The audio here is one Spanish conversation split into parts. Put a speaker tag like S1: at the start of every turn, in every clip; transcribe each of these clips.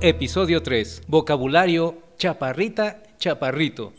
S1: Episodio 3. Vocabulario chaparrita, chaparrito.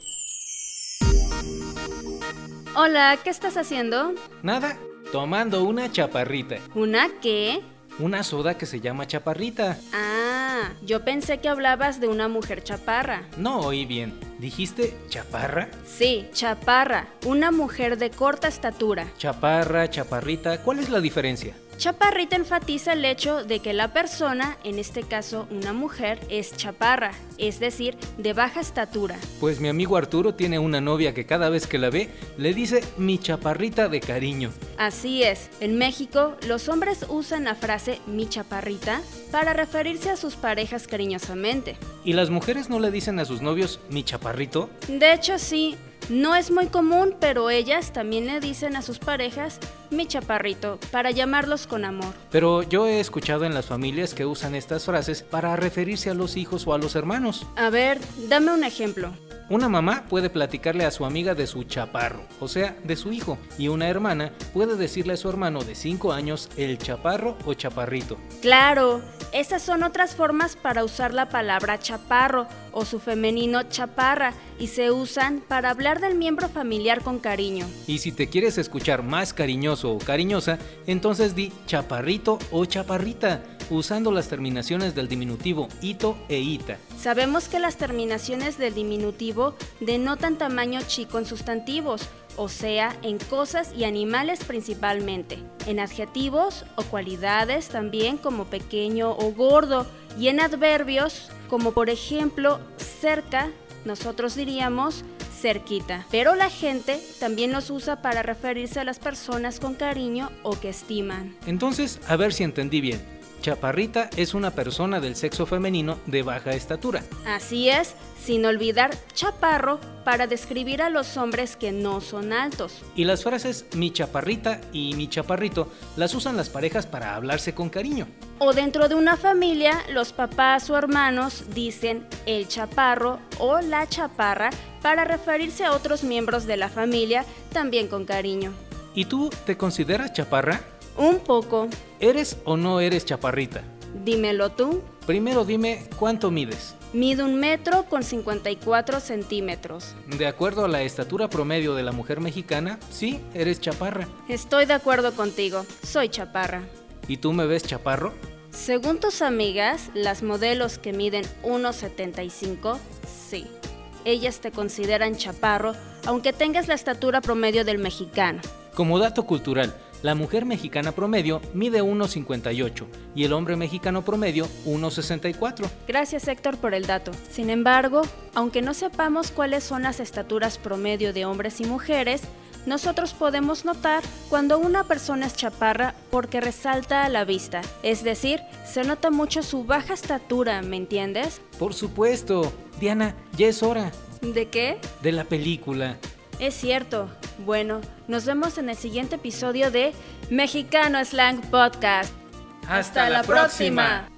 S2: Hola, ¿qué estás haciendo?
S1: Nada, tomando una chaparrita.
S2: ¿Una qué?
S1: Una soda que se llama chaparrita.
S2: Ah, yo pensé que hablabas de una mujer chaparra.
S1: No oí bien. ¿Dijiste chaparra?
S2: Sí, chaparra, una mujer de corta estatura.
S1: Chaparra, chaparrita, ¿cuál es la diferencia?
S2: Chaparrita enfatiza el hecho de que la persona, en este caso una mujer, es chaparra, es decir, de baja estatura.
S1: Pues mi amigo Arturo tiene una novia que cada vez que la ve le dice mi chaparrita de cariño.
S2: Así es, en México los hombres usan la frase mi chaparrita para referirse a sus parejas cariñosamente.
S1: ¿Y las mujeres no le dicen a sus novios mi chaparrito?
S2: De hecho sí, no es muy común, pero ellas también le dicen a sus parejas mi chaparrito para llamarlos con amor.
S1: Pero yo he escuchado en las familias que usan estas frases para referirse a los hijos o a los hermanos.
S2: A ver, dame un ejemplo.
S1: Una mamá puede platicarle a su amiga de su chaparro, o sea, de su hijo, y una hermana puede decirle a su hermano de 5 años el chaparro o chaparrito.
S2: Claro, esas son otras formas para usar la palabra chaparro o su femenino chaparra y se usan para hablar del miembro familiar con cariño.
S1: Y si te quieres escuchar más cariñoso o cariñosa, entonces di chaparrito o chaparrita usando las terminaciones del diminutivo ito e ita.
S2: Sabemos que las terminaciones del diminutivo denotan tamaño chico en sustantivos, o sea, en cosas y animales principalmente, en adjetivos o cualidades también como pequeño o gordo, y en adverbios como por ejemplo cerca, nosotros diríamos cerquita. Pero la gente también los usa para referirse a las personas con cariño o que estiman.
S1: Entonces, a ver si entendí bien. Chaparrita es una persona del sexo femenino de baja estatura.
S2: Así es, sin olvidar chaparro para describir a los hombres que no son altos.
S1: Y las frases mi chaparrita y mi chaparrito las usan las parejas para hablarse con cariño.
S2: O dentro de una familia, los papás o hermanos dicen el chaparro o la chaparra para referirse a otros miembros de la familia también con cariño.
S1: ¿Y tú te consideras chaparra?
S2: Un poco.
S1: ¿Eres o no eres chaparrita?
S2: Dímelo tú.
S1: Primero dime cuánto mides.
S2: Mide un metro con 54 centímetros.
S1: De acuerdo a la estatura promedio de la mujer mexicana, sí, eres chaparra.
S2: Estoy de acuerdo contigo, soy chaparra.
S1: ¿Y tú me ves chaparro?
S2: Según tus amigas, las modelos que miden 1,75, sí. Ellas te consideran chaparro, aunque tengas la estatura promedio del mexicano.
S1: Como dato cultural, la mujer mexicana promedio mide 1,58 y el hombre mexicano promedio 1,64.
S2: Gracias Héctor por el dato. Sin embargo, aunque no sepamos cuáles son las estaturas promedio de hombres y mujeres, nosotros podemos notar cuando una persona es chaparra porque resalta a la vista, es decir, se nota mucho su baja estatura, ¿me entiendes?
S1: Por supuesto, Diana, ya es hora.
S2: ¿De qué?
S1: De la película.
S2: Es cierto. Bueno, nos vemos en el siguiente episodio de Mexicano Slang Podcast.
S1: Hasta, Hasta la, próxima. próxima.